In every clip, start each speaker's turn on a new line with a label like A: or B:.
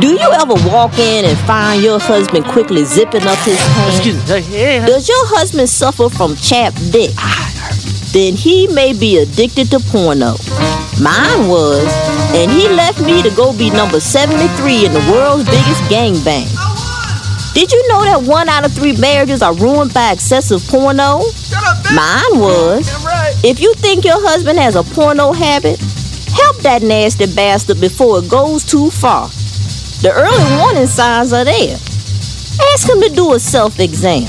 A: Do you ever walk in and find your husband quickly zipping up his pants?
B: Excuse me. Hey, hey,
A: Does your husband suffer from chap dick? Then he may be addicted to porno. Mine was, and he left me to go be number 73 in the world's biggest gangbang. Did you know that one out of three marriages are ruined by excessive porno? Mine was. If you think your husband has a porno habit, help that nasty bastard before it goes too far. The early warning signs are there. Ask him to do a self exam.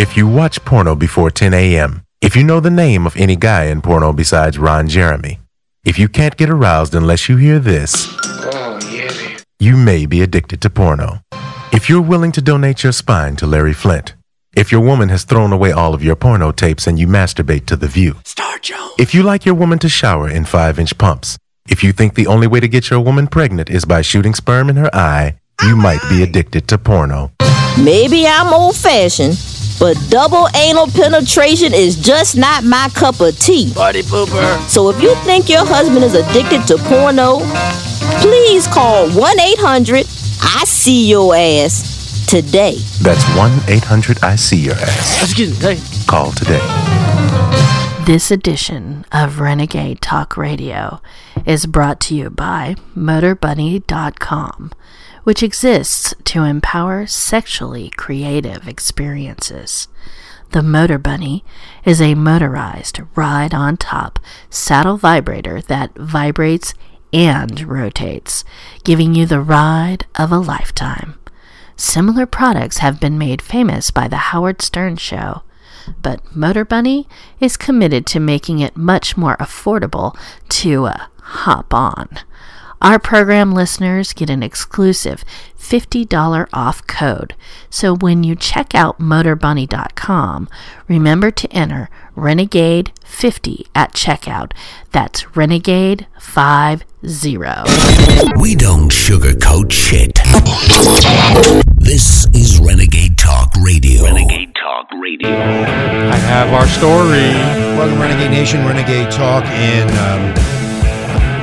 C: If you watch porno before 10 a.m., if you know the name of any guy in porno besides Ron Jeremy, if you can't get aroused unless you hear this, you may be addicted to porno. If you're willing to donate your spine to Larry Flint, if your woman has thrown away all of your porno tapes and you masturbate to the view, if you like your woman to shower in five inch pumps, if you think the only way to get your woman pregnant is by shooting sperm in her eye, you might be addicted to porno.
A: Maybe I'm old fashioned, but double anal penetration is just not my cup of tea.
B: Party pooper.
A: So if you think your husband is addicted to porno, please call 1 800 I See Your Ass today.
C: That's 1 800 I See Your Ass.
B: Excuse me. Hey.
C: Call today.
D: This edition of Renegade Talk Radio is brought to you by MotorBunny.com, which exists to empower sexually creative experiences. The Motor Bunny is a motorized ride on top saddle vibrator that vibrates and rotates, giving you the ride of a lifetime. Similar products have been made famous by The Howard Stern Show but Motor Bunny is committed to making it much more affordable to uh, hop on. Our program listeners get an exclusive $50 off code. So when you check out motorbunny.com, remember to enter Renegade50 at checkout. That's Renegade50.
E: We don't sugarcoat shit. This is Renegade Talk Radio. Renegade Talk Radio.
F: I have our story.
G: Welcome, Renegade Nation, Renegade Talk. In um,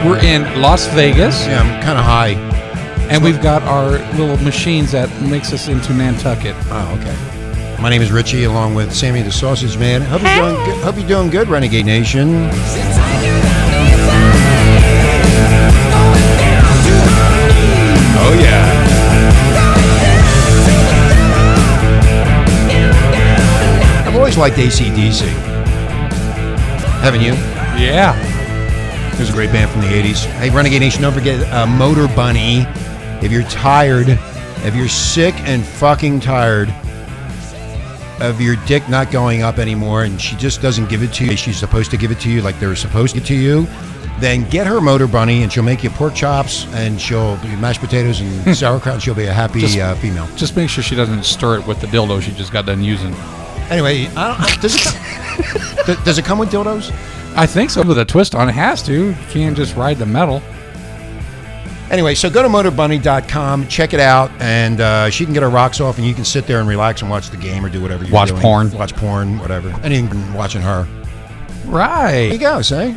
F: We're in Las Vegas,
G: yeah, I'm kind of high.
F: and we've got our little machines that makes us into Nantucket.
G: Oh, okay. My name is Richie, along with Sammy the Sausage Man. Hope you're doing good, hope you're doing good Renegade Nation.
F: Oh yeah.
G: I've always liked ACDC. Haven't you?
F: Yeah.
G: It was a great band from the 80s. Hey, Renegade Nation, don't forget uh, Motor Bunny. If you're tired, if you're sick and fucking tired of your dick not going up anymore and she just doesn't give it to you, she's supposed to give it to you like they were supposed to give it to you, then get her Motor Bunny and she'll make you pork chops and she'll do mashed potatoes and sauerkraut and she'll be a happy
F: Just-
G: uh, female.
F: Just make sure she doesn't stir it with the dildo she just got done using.
G: Anyway, I don't, does, it come, does- does it come with dildos?
F: I think so. With a twist on it, has to. You can't just ride the metal.
G: Anyway, so go to motorbunny.com, check it out, and uh, she can get her rocks off, and you can sit there and relax and watch the game or do whatever you
F: Watch porn.
G: Watch porn, whatever. Anything watching her. There you
F: Right.
G: go, say.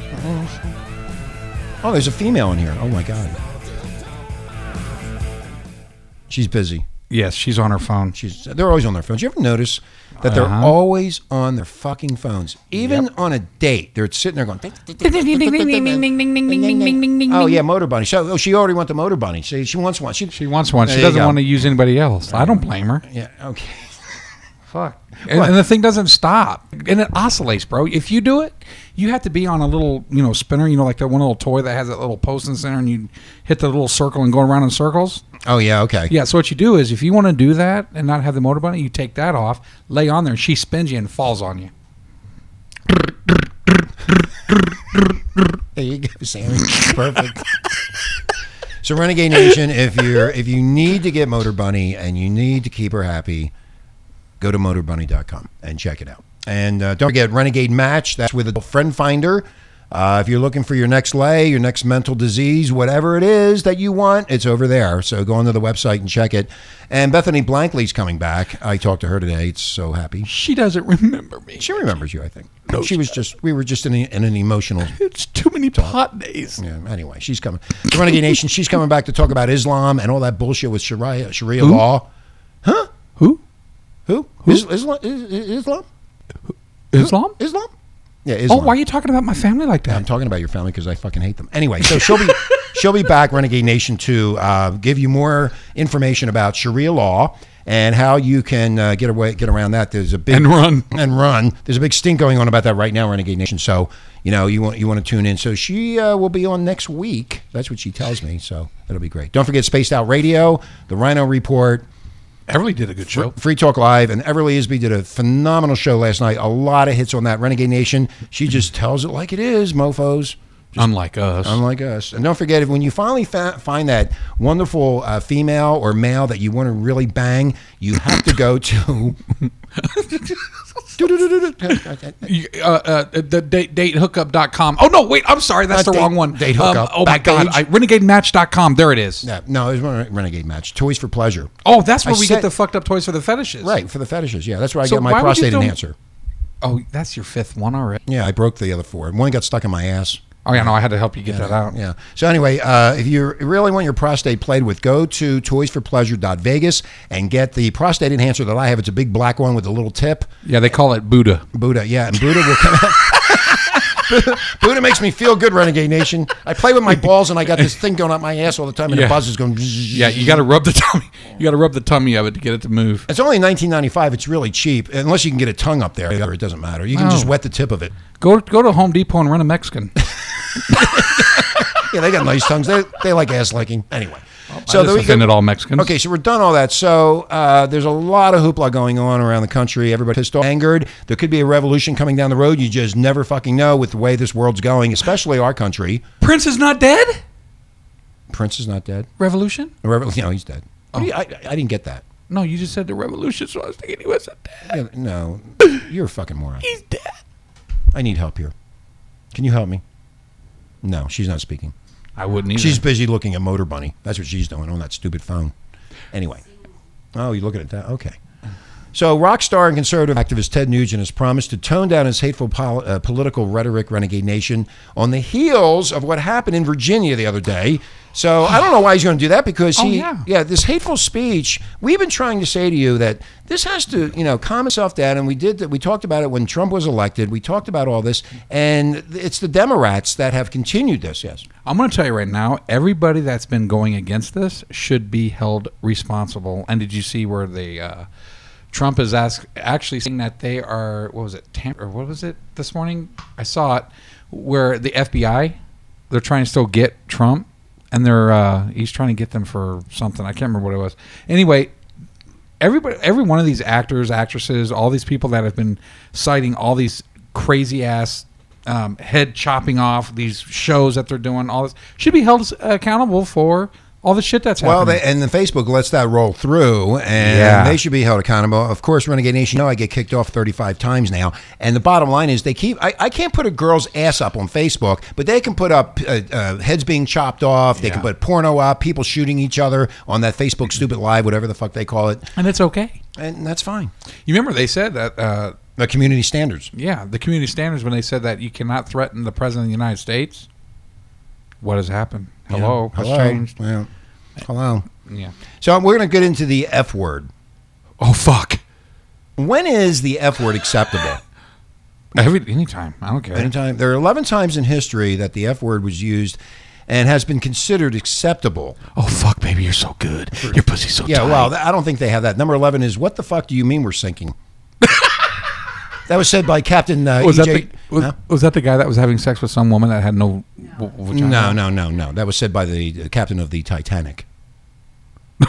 G: Oh, there's a female in here. Oh, my God. She's busy.
F: Yes, she's on her phone.
G: She's. They're always on their phones. You ever notice that they're
F: Uh-huh.
G: always on their fucking phones? Even on a date, they're sitting there going, oh, yeah, motor bunny. So, oh, she already wants the motor bunny. She, she wants one. She,
F: She wants one.
G: There
F: she
G: you
F: doesn't
G: go.
F: want to use anybody else. I don't blame her.
G: yeah, okay.
F: Fuck. And,
G: What?
F: and the thing doesn't stop, and it oscillates, bro. If you do it, you have to be on a little, you know, spinner. You know, like that one little toy that has that little post in the center, and you hit the little circle and go around in circles.
G: Oh, yeah, okay.
F: Yeah. So what you do is, if you want to do that and not have the motor bunny, you take that off, lay on there, and she spins you and falls on you.
G: There you go, Sammy. Perfect. so, Renegade Nation, if you're if you need to get Motor Bunny and you need to keep her happy, go to motorbunny.com and check it out. And uh, don't forget Renegade Match. That's with a friend finder. Uh, if you're looking for your next lay, your next mental disease, whatever it is that you want, it's over there. So go onto the website and check it. And Bethany Blankley's coming back. I talked to her today. It's so happy.
F: She doesn't remember me.
G: She remembers you, I think. she was just, we were just in, a, in an emotional.
F: It's too many pot days.
G: Yeah, anyway, she's coming. The Renegade Nation, she's coming back to talk about Islam and all that bullshit with Sharia, Sharia law.
F: Who?
G: Who? Is, Islam? Is, is- Islam?
F: Islam?
G: Islam? Yeah,
F: Oh,
G: Islam.
F: why are you talking about my family like
G: I'm
F: that?
G: talking about your family because I fucking hate them. Anyway, so she'll be she'll be back, Renegade Nation, to uh, give you more information about Sharia law and how you can uh, get away get around that. There's a big
F: And run.
G: and run. There's a big stink going on about that right now, Renegade Nation. So you know you want you want to tune in. So she uh, will be on next week. That's what she tells me. So that'll be great. Don't forget Spaced Out Radio, The Rhino Report.
F: Everly did a good show.
G: Free Talk Live and Everly Isby did a phenomenal show last night. A lot of hits on that. Renegade Nation. She just tells it like it is, mofos.
F: Unlike us.
G: Unlike us. And don't forget, if when you finally fa- find that wonderful uh, female or male that you want to really bang, you have to go to.
F: You- uh, uh, the date, datehookup.com. Oh, no, wait. I'm sorry. That's
G: Uh,
F: the
G: date-
F: wrong one.
G: date
F: Um,
G: hookup.
F: oh, my God. I,
G: Backpage.
F: renegadematch.com. There it is.
G: no, no, it was one renegade match. Toys for pleasure.
F: Oh, that's where
G: I
F: we
G: said-
F: get the fucked up toys for the fetishes.
G: Right for the fetishes. Yeah, that's where I
F: So
G: got my
F: why would you
G: prostate
F: don't-
G: enhancer.
F: Oh, that's your fifth one already.
G: Yeah, I broke the other four. One got stuck in my ass.
F: Oh, yeah. No, I had to help you get that out.
G: Yeah. So anyway, uh, if you really want your prostate played with, go to toysforpleasure.vegas and get the prostate enhancer that I have. It's a big black one with a little tip.
F: Yeah, they call it Buddha.
G: Buddha, yeah, and Buddha will come out. Buddha makes me feel good, Renegade Nation. I play with my balls and I got this thing going up my ass all the time and
F: Yeah.
G: the buzz is going.
F: Yeah, you got to rub the tummy. You got to rub the tummy of it to get it to move.
G: It's only 1995. It's really cheap, unless you can get a tongue up there. It doesn't matter. You can just
F: Oh.
G: wet the tip of it.
F: Go go to Home Depot and rent a Mexican.
G: Yeah, they got nice tongues. They, they like ass licking. Anyway,
F: So I
G: there
F: just
G: we go.
F: offended all Mexicans.
G: Okay, so we're done all that. So uh, there's a lot of hoopla going on around the country. Everybody pissed off, angered. There could be a revolution coming down the road. You just never fucking know with the way this world's going, especially our country.
F: Prince is not dead.
G: Prince is not dead.
F: Revolution?
G: The Rev- no, he's dead. What do you- I, I didn't get that.
F: No, you just said the revolution, so I was thinking he wasn't dead.
G: Yeah, No, you're a fucking moron.
F: He's dead.
G: I need help here. Can you help me? No, she's not speaking.
F: I wouldn't either.
G: She's busy looking at Motor Bunny. That's what she's doing on that stupid phone. Anyway. Oh, you're looking at that? Okay. So, rock star and conservative activist Ted Nugent has promised to tone down his hateful pol- uh, political rhetoric, Renegade Nation, on the heels of what happened in Virginia the other day. So, I don't know why he's going to do that because he,
F: Oh, yeah.
G: this hateful speech. We've been trying to say to you that this has to, you know, calm itself down. And we did that. We talked about it when Trump was elected. We talked about all this, and it's the Democrats that have continued this. Yes.
F: I'm going to tell you right now, everybody that's been going against this should be held responsible. And did you see where the uh, Trump is ask, actually saying that they are what was it tam- or what was it this morning? I saw it where the FBI they're trying to still get Trump and they're uh, he's trying to get them for something. I can't remember what it was. Anyway, everybody, every one of these actors, actresses, all these people that have been citing all these crazy ass um, head chopping off these shows that they're doing, all this should be held uh, accountable for all the shit that's
G: Well, they,
F: happening.
G: and the Facebook lets that roll through, and
F: Yeah.
G: they should be held accountable. Of course, Renegade Nation. No, I get kicked off thirty-five times now. And the bottom line is, they keep. I, I can't put a girl's ass up on Facebook, but they can put up uh, uh, heads being chopped off. They can put porno up, people shooting each other on that Facebook stupid live, whatever the fuck they call it,
F: and it's okay.
G: and that's fine.
F: You remember they said that. Uh,
G: The community standards.
F: Yeah, the community standards when they said that you cannot threaten the president of the United States. What has happened? Hello, what's changed?
G: Yeah. Hello.
F: Yeah.
G: So we're going to get into the F word.
F: Oh fuck!
G: When is the F word acceptable?
F: Every anytime, I don't care.
G: Anytime there are 11 times in history that the F word was used and has been considered acceptable.
F: Oh fuck, baby, you're so good. Your pussy's so
G: Yeah,
F: Oh, tight.
G: well, th- I don't think they have that. Number 11 is what the fuck do you mean we're sinking? that was said by Captain uh,
F: was that
G: EJ
F: the was,
G: no?
F: was that the guy that was having sex with some woman that had no? w- w- vagina?
G: no, no, no, no. That was said by the uh, captain of the Titanic.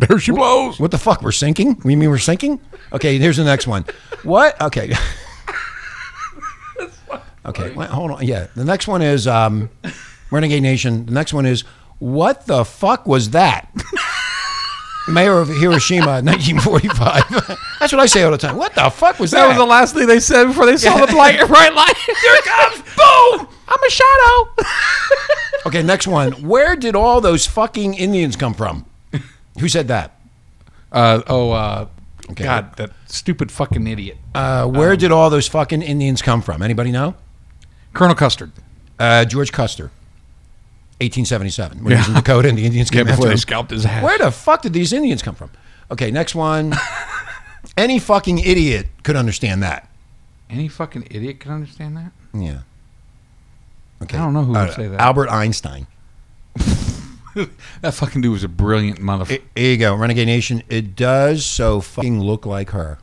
F: There she blows.
G: What the fuck? We're sinking? We mean we're sinking? Okay, here's the next one. What? Okay. okay, wait, hold on. Yeah, the next one is um, Renegade Nation. The next one is what the fuck was that? mayor of Hiroshima, 1945. That's what I say all the time. What the fuck was that?
F: That was the last thing they said before they saw the blight. Right light. Here it comes. Boom. I'm a shadow.
G: okay, next one. Where did all those fucking Indians come from? Who said that?
F: Uh, oh, uh,
G: Okay.
F: God, that stupid fucking idiot.
G: Uh, where
F: Um,
G: did all those fucking Indians come from? Anybody know?
F: Colonel Custard.
G: Uh, George Custer, 1877. When he was in Dakota and the Indians came after him.
F: scalped his head.
G: Where the fuck did these Indians come from? Okay, next one. Any fucking idiot could understand that.
F: Any fucking idiot can understand that.
G: Yeah. Okay.
F: I don't know who would
G: Uh,
F: say that.
G: Albert Einstein.
F: that fucking dude was a brilliant
G: I-
F: motherfucker.
G: Here you go, Renegade Nation. It does so fucking look like her.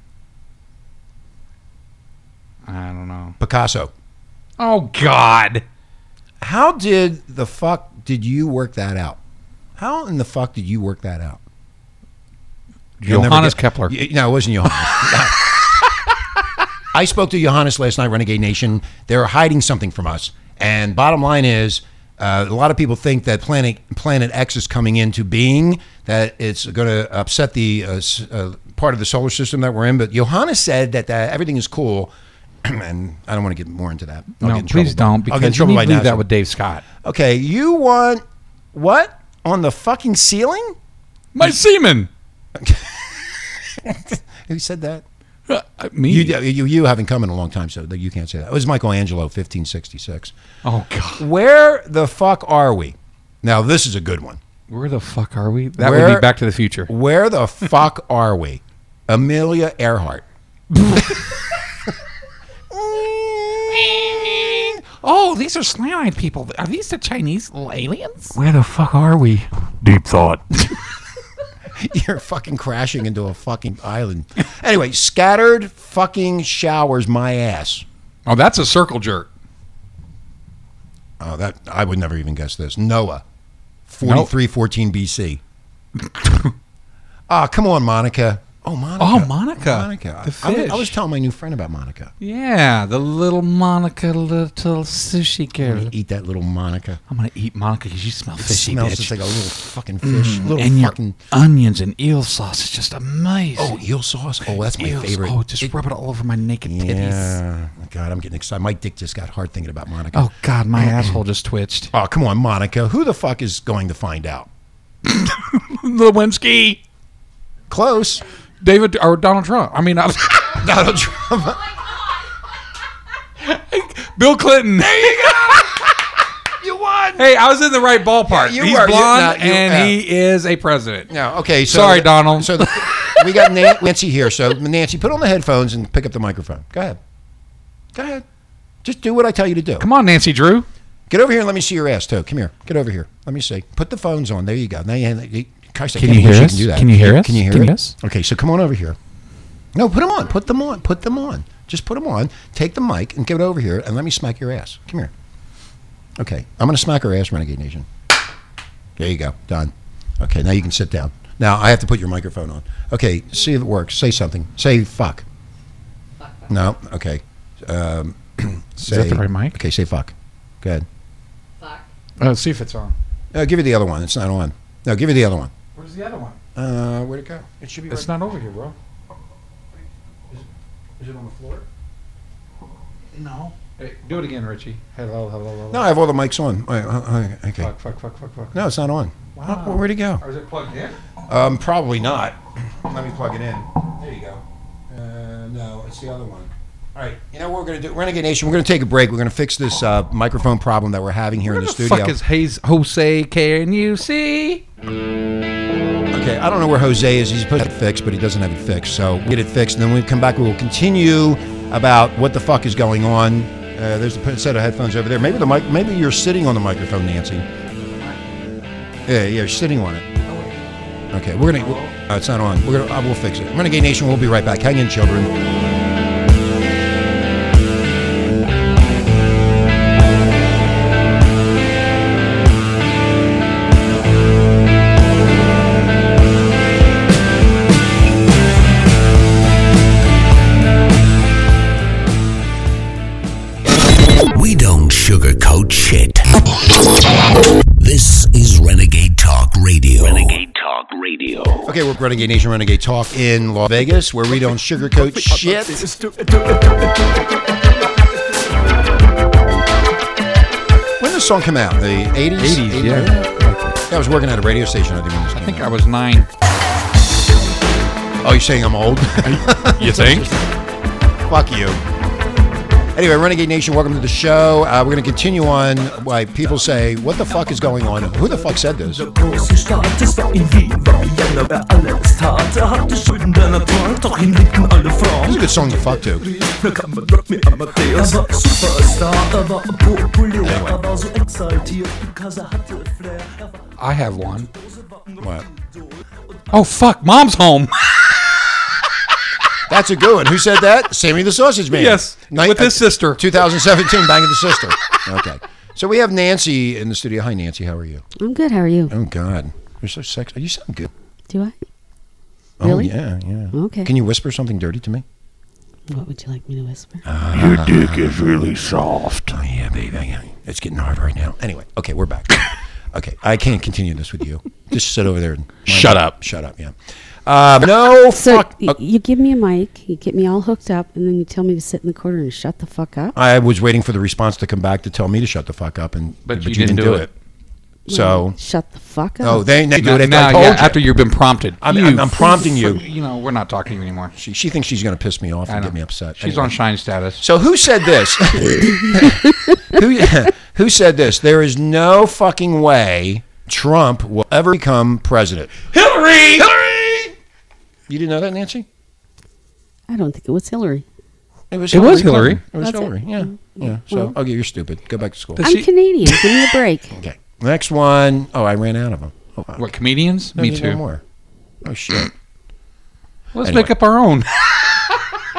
F: I don't know.
G: Picasso.
F: Oh God.
G: How did the fuck did you work that out? How in the fuck did you work that out? You'll never
F: Johannes
G: get-
F: Kepler.
G: Y- No, it wasn't Johannes. I spoke to Johannes last night, Renegade Nation. They're hiding something from us. And bottom line is, uh, a lot of people think that planet Planet X is coming into being, that it's going to upset the uh, s- uh, part of the solar system that we're in. But Johannes said that, that everything is cool. and I don't want to get more into that. I'll
F: no,
G: get in
F: please
G: trouble,
F: don't
G: but-
F: because
G: I'll get in
F: you
G: trouble
F: need
G: by
F: to leave
G: NASA.
F: that with Dave Scott.
G: Okay, you want what on the fucking ceiling?
F: My semen.
G: Who said that?
F: Uh, me.
G: You, you you haven't come in a long time, so you can't say that. It was Michelangelo, 1566.
F: oh God.
G: Where the fuck are we? Now this is a good one.
F: Where the fuck are we? That would
G: Where-
F: be Back to the Future.
G: Where the fuck are we? Amelia Earhart.
F: Oh, these are slant-eyed people. Are these the Chinese aliens? Where the fuck are we?
C: Deep thought.
G: You're fucking crashing into a fucking island. Anyway, scattered fucking showers, my ass.
F: Oh, that's a circle jerk.
G: Oh, that I would never even guess this. Noah, 4314 BC. Ah, come on, Monica. Oh, Monica.
F: Oh, Monica.
G: Monica.
F: The
G: I, I was- I
F: fish.
G: was telling my new friend about Monica.
F: Yeah, the little Monica, little sushi girl.
G: Eat that little Monica.
F: I'm gonna eat Monica because you smell
G: It
F: fishy,
G: smells
F: bitch. Mm.
G: just like a little fucking fish. little
F: and your
G: fucking
F: onions and eel sauce is just amazing.
G: oh eel sauce. Oh, that's my
F: Eels.
G: favorite.
F: Oh, just rub it all over my naked titties.
G: yeah. God, I'm getting excited. My dick just got hard thinking about Monica.
F: Oh God, my asshole just twitched.
G: Oh, come on, Monica. Who the fuck is going to find out?
F: Lewinsky,
G: Close.
F: David or Donald Trump. I mean, I
G: Donald Trump. Oh
F: Bill Clinton. There you go.
G: you won.
F: Hey, I was in the right ballpark.
G: Yeah, you
F: He's
G: were. You-
F: blonde,
G: no, you-
F: and
G: yeah.
F: he is a president.
G: No, okay. So
F: Sorry, Donald.
G: So the, we got Nan- Nancy here. So Nancy, put on the headphones and pick up the microphone. Go ahead. Go ahead. Just do what I tell you to do.
F: Come on, Nancy Drew.
G: Get over here and let me see your ass too. Come here. Get over here. Let me see. Put the phones on. There you go. Now you, you- Christ, I
F: Can
G: can't
F: you
G: believe
F: hear
G: she
F: us?
G: Can, do that.
F: Can you hear us?
G: Can you hear
F: Can you
G: it?
F: hear us?
G: Okay, so come on over here. No, put them on. Put them on. Put them on. Just put them on. Take the mic and give it over here and let me smack your ass. Come here. Okay, I'm gonna smack her ass, Renegade Nation. There you go. Done. Okay, now you can sit down. Now I have to put your microphone on. Okay, see if it works. Say something. Say fuck. No. Okay. Um, say,
F: the right mic?
G: Okay, say fuck. Go ahead.
F: Uh, see if it's on.
G: Uh, give me the other one. It's not on. No, give me the other one.
F: Where's the other one?
G: Uh, where'd it go? It should be
F: It's not over here, bro.
G: Is it on the floor?
F: No. Hey, do it again, Richie. Hello, hello, hello.
G: No, I have all the mics on. Wait, uh, uh, okay.
F: Fuck, fuck, fuck, fuck, fuck.
G: No, it's not on.
F: Wow.
G: Where'd it go?
F: Or is it plugged in?
G: Um, probably not. Let me plug it in. There you go. Uh, no, it's the other one. All right. You know what we're gonna do? Renegade Nation. We're gonna take a break. We're gonna fix this uh, microphone problem that we're having here
F: Where
G: in
F: the,
G: the, studio.
F: fuck is Hayes Jose? Can you see?
G: Okay, I don't know where Jose is. He's supposed to have it fixed, but he doesn't have it fixed. So we'll get it fixed, and then when we come back, we will continue about what the fuck is going on. Uh, there's a p- set of headphones over there. Maybe the mic. Maybe you're sitting on the microphone, Nancy. Yeah, yeah, you're sitting on it. Okay, we're gonna. we- oh, it's not on. We're gonna. I will fix it. Renegade Nation. We'll be right back. Hang in, children.
E: We don't sugarcoat shit. This is Renegade Talk Radio. Renegade Talk Talk Radio.
G: Okay, we're Renegade Nation Renegade Talk in Las Vegas, where we don't sugarcoat shit. When did this song come out? The 80s?
F: 80s, yeah.
G: I was working at a radio station. I think when this
F: I
G: came
F: think I
G: out.
F: was nine.
G: Oh, you're saying I'm old?
F: You think?
G: Fuck you. Anyway, Renegade Nation, welcome to the show. Uh, we're going to continue on why people say, what the fuck is going on? Who the fuck said this?
B: große Stadt, es war in Wien, war Vienna, wer alles tat. Er hatte Schulden deiner Tor, doch ihn liebten alle
G: It's a
B: Frauen.
G: good song to fuck to.
B: Na kann man Rock Me Amadeus. Er war Superstar, er war populär, er war so exaltiert, because er hatte Flair. Er war
F: I have one.
G: What?
F: Oh fuck! Mom's home.
G: That's a good one. Who said that? Sammy the Sausage Man.
F: Yes, with his sister.
G: 2017, Banging the Sister. Okay. So we have Nancy in the studio. Hi, Nancy. How are you?
H: I'm good. How are you?
G: Oh, God. You're so sexy. You sound good.
H: Do I? Really?
G: Oh, yeah, yeah.
H: Okay.
G: Can you whisper something dirty to me?
H: What would you like me to whisper?
G: Oh, yeah, baby. It's getting hard right now. Anyway, okay, we're back. okay, I can't continue this with you. Just sit over there. And
F: Shut up.
G: Shut up, yeah. Um, no
H: so
G: fuck. Uh,
H: y- you give me a mic, you get me all hooked up, and then you tell me to sit in the corner and shut the fuck up.
G: I was waiting for the response to come back to tell me to shut the fuck up, and
F: But you didn't do it.
G: So,
H: Shut the fuck up.
G: oh, they, they do
F: Now-
G: it.
F: now,
G: I told
F: yeah,
G: you.
F: after you've been prompted.
G: I'm-
F: You
G: I'm- I'm prompting you.
F: You know, we're not talking to you anymore.
G: She, she thinks she's going to piss me off
F: I
G: and
F: know.
G: get me upset.
F: She's
G: Anyway.
F: on shine status.
G: So who said this? who who said this? There is no fucking way Trump will ever become president.
F: Hillary. Hillary.
G: You didn't know that, Nancy?
H: I don't think it was Hillary.
G: It was
F: It Mm-hmm. was Hillary.
G: Clinton. It was
H: That's it.
G: Hillary. Yeah. Yeah. So okay, you're stupid. Go back to school.
F: Does
H: I'm
F: she-
H: Canadian. give me a break.
G: Okay. Next one. Oh, I ran out of them. Oh, fuck.
F: What comedians?
G: No,
F: Me
G: there's no
F: too.
G: more. Oh shit.
F: Let's
G: Anyway.
F: make up our own.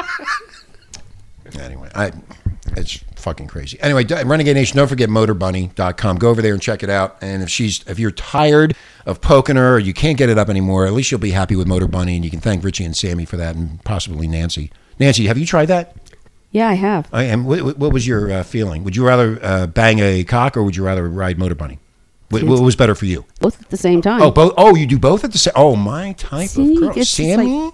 G: anyway, I it's fucking crazy. Anyway, D- Renegade Nation, don't forget motorbunny.com. Go over there and check it out. And if she's if you're tired of poking her or you can't get it up anymore, at least you'll be happy with Motor Bunny and you can thank Richie and Sammy for that and possibly Nancy. Nancy, have you tried that?
H: Yeah, I have.
G: I am. What, what was your uh, feeling? Would you rather uh, bang a cock or would you rather ride Motor Bunny? What, what was better for you?
H: Both at the same time.
G: Oh, both. Oh, you do both at the same. Oh, my type
H: See,
G: of girl,
H: it's just
G: Sammy.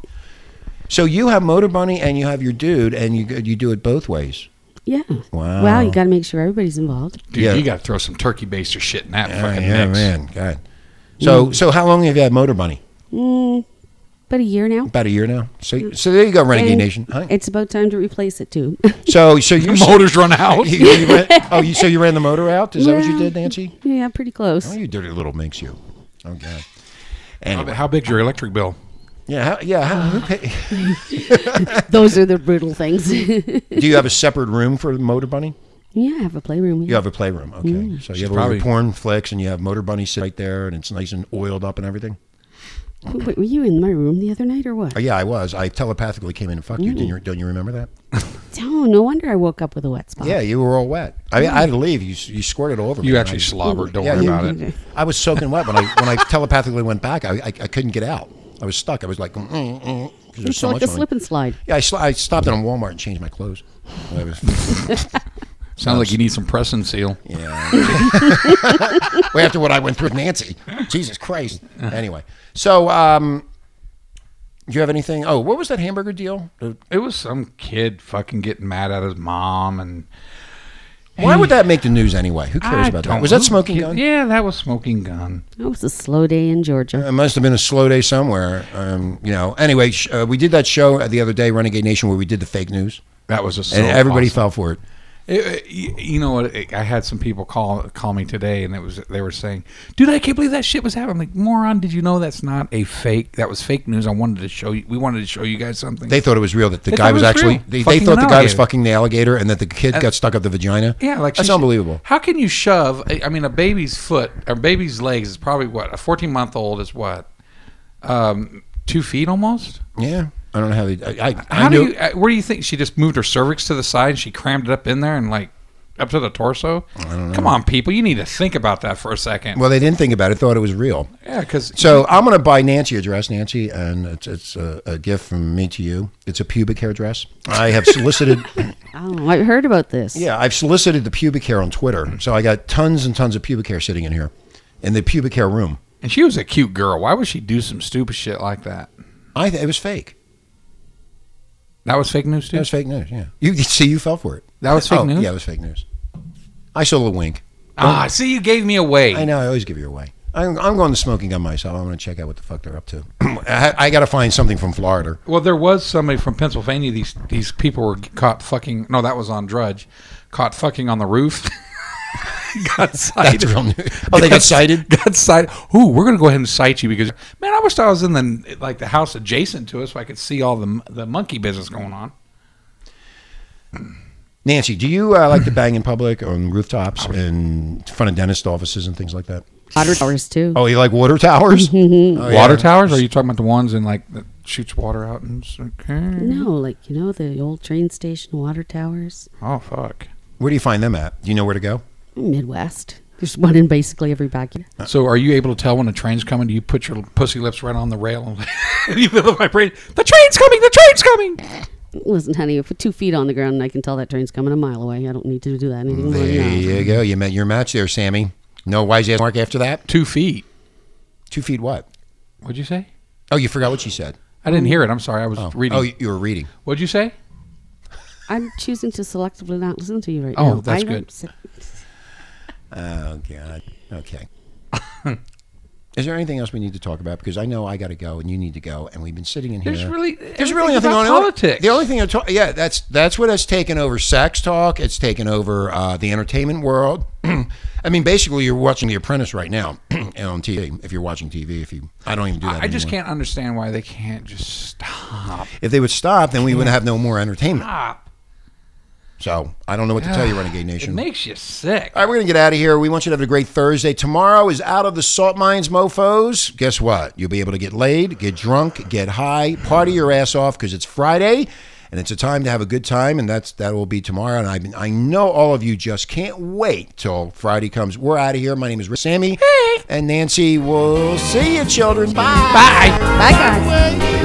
G: so you have Motor Bunny and you have your dude, and you you do it both ways.
H: Yeah.
G: Wow.
H: Wow, you got to make sure everybody's involved.
F: Dude,
G: Yeah.
F: you got to throw some turkey baster shit in that
G: Yeah,
F: fucking
G: yeah,
F: mix.
G: man, God. So, so how long have you had Motor Bunny?
H: Mm, about a year now.
G: About a year now. So, so there you go, Renegade
H: And
G: Nation. Hi.
H: It's about time to replace it too.
G: So, so you
F: Motors run out.
G: You, you ran, oh, you so you ran the motor out? Is that what you
H: Yeah.
G: did, Nancy?
H: yeah, pretty close.
G: Oh, you dirty little minx, you. Oh God.
F: How,
G: Anyway,
F: how big's your electric bill?
G: yeah, how, yeah. How, who pay-
H: Those are the brutal things. yeah,
G: do you have a separate room for the Motor Bunny?
H: I have a playroom.
G: You have a playroom, okay? So you have all
F: probably-
G: your porn flicks, and you have Motor Bunny sit right there, and it's nice and oiled up and everything.
H: Wait, were you in my room the other night or what?
G: Oh, yeah, I was. I telepathically came in and fucked you. Didn't you. Don't you remember that?
H: Oh, no wonder I woke up with a wet spot.
G: Yeah, you were all wet. I, I had to leave. You you squirted all over me.
F: You actually
G: I,
F: slobbered. Don't
G: Yeah,
F: worry
G: you-
F: about it.
G: I was soaking wet when I when I telepathically went back. I, I, I couldn't get out. I was stuck. I was like, mm, mm, mm, 'cause there's
H: It's
G: so
H: like
G: much
H: a
G: on me.
H: slip and slide.
G: Yeah, I, sl- I stopped at a Walmart and changed my clothes. I was-
F: Sounds like you need some press and seal.
G: yeah. Way after what I went through with Nancy. Jesus Christ. Anyway, so um, do you have anything? Oh, what was that hamburger deal?
F: It was some kid fucking getting mad at his mom and
G: Why would that make the news anyway? Who cares
F: I
G: about
F: don't
G: that? Was that
F: know.
G: smoking gun?
F: Yeah, that was smoking gun.
H: That was a slow day in Georgia.
G: It must have been a slow day somewhere. Um, you know. Anyway, sh- uh, we did that show uh, the other day, Renegade Nation, where we did the fake news,
F: That was a so
G: and everybody
F: awesome.
G: fell for it.
F: It- it- y- you know what? it- I had some people call call me today, and it was they were saying, "Dude, I can't believe that shit was happening." I'm like, moron, did you know that's not a fake? That was fake news. I wanted to show you. We wanted to show you guys something.
G: They thought it was real that the
F: They
G: guy
F: thought it
G: was,
F: was
G: actually.
F: real.
G: They, they
F: Fucking
G: thought the guy was
F: alligator. Uh,
G: fucking the alligator, and that the kid got stuck up the vagina.
F: yeah, like
G: that's
F: she-
G: unbelievable.
F: How can you shove? I I mean, a baby's foot or baby's legs is probably what a 14 month old is what, um, two feet almost.
G: Yeah, I don't know how they. I, I,
F: How
G: I
F: do
G: knew.
F: you? uh, Where do you think she just moved her cervix to the side? and She crammed it up in there and like up to the torso. I don't know. Come on, people, you need to think about that for a second.
G: well, they didn't think about it. Thought it was real.
F: yeah, because
G: So I'm gonna buy Nancy a dress, Nancy, and it's it's a, a gift from me to you. It's a pubic hair dress. I have solicited.
H: Oh, I heard about this.
G: Yeah, I've solicited the pubic hair on Twitter, so I got tons and tons of pubic hair sitting in here, in the pubic hair room.
F: And she was a cute girl. Why would she do some stupid shit like that?
G: I th- it was fake.
F: That was fake news,
G: It
F: too.
G: was fake news. Yeah. You see, you fell for it.
F: That was fake
G: oh,
F: news?
G: Yeah, it was fake news. I stole a wink.
F: ah, see, you gave me away.
G: I know. I always give you away. I'm, I'm going to smoking gun myself. I'm going to check out what the fuck they're up to. I, I got to find something from Florida.
F: Well, there was somebody from Pennsylvania. These these people were caught fucking. No, that was on Drudge. Caught fucking on the roof. got cited.
G: That's real news. Oh, they got cited?
F: Got cited. Ooh, we're gonna go ahead and cite you because man, I wish I was in the like the house adjacent to us so I could see all the m- the monkey business going on.
G: Nancy, do you uh, like to bang in public on rooftops and in front of dentist offices and things like that?
H: Otter towers too. Mm-hmm.
G: Oh, you like water towers?
F: water towers? Are you talking about the ones in like that shoots water out and it's okay?
H: No, like you know the old train station water towers.
F: Oh fuck.
G: Where do you find them at? Do you know where to go?
H: Midwest. There's one in basically every backyard.
F: So are you able to tell when a train's coming? Do you put your pussy lips right on the rail and you feel my brain? The train's coming! The train's coming!
H: Listen, honey, if two feet on the ground, I can tell that train's coming a mile away. I don't need to do that anymore.
G: There
H: now.
G: you go. You met your match there, Sammy. No wise ass mark after that?
F: Two feet.
G: Two feet what?
F: What'd you say?
G: Oh, you forgot what she said.
F: I didn't hear it. I'm sorry. I was
G: Oh,
F: reading.
G: oh, you you were reading.
F: What'd you say?
H: I'm choosing to selectively not listen to you right
F: Oh,
H: now.
F: that's
H: I don't
F: good.
H: sit-
G: Oh, God. Okay. Is there anything else we need to talk about? Because I know I got to go and you need to go, and we've been sitting in here.
F: There's really
G: There's really nothing
F: everything's
G: on
F: about politics.
G: The only thing I talk, yeah, that's that's what has taken over sex talk. It's taken over uh, the entertainment world. I mean, basically, you're watching The Apprentice right now on TV. If you're watching TV, if you, I don't even do that.
F: I just
G: anymore.
F: can't understand why they can't just stop.
G: If they would stop, then we would have no more entertainment.
F: Stop.
G: So I don't know what to tell you, Renegade
F: It
G: Nation.
F: makes you sick.
G: All right, we're gonna get out of here. We want you to have a great Thursday. Tomorrow is out of the salt mines, mofo's. Guess what? You'll be able to get laid, get drunk, get high, party your ass off because it's Friday, and it's a time to have a good time, and that's that will be tomorrow. And I have I know all of you just can't wait till Friday comes. We're out of here. My name is Rick Sammy and Nancy. We'll see you, children. Bye.
F: Bye.
A: Bye, guys.
G: Bye.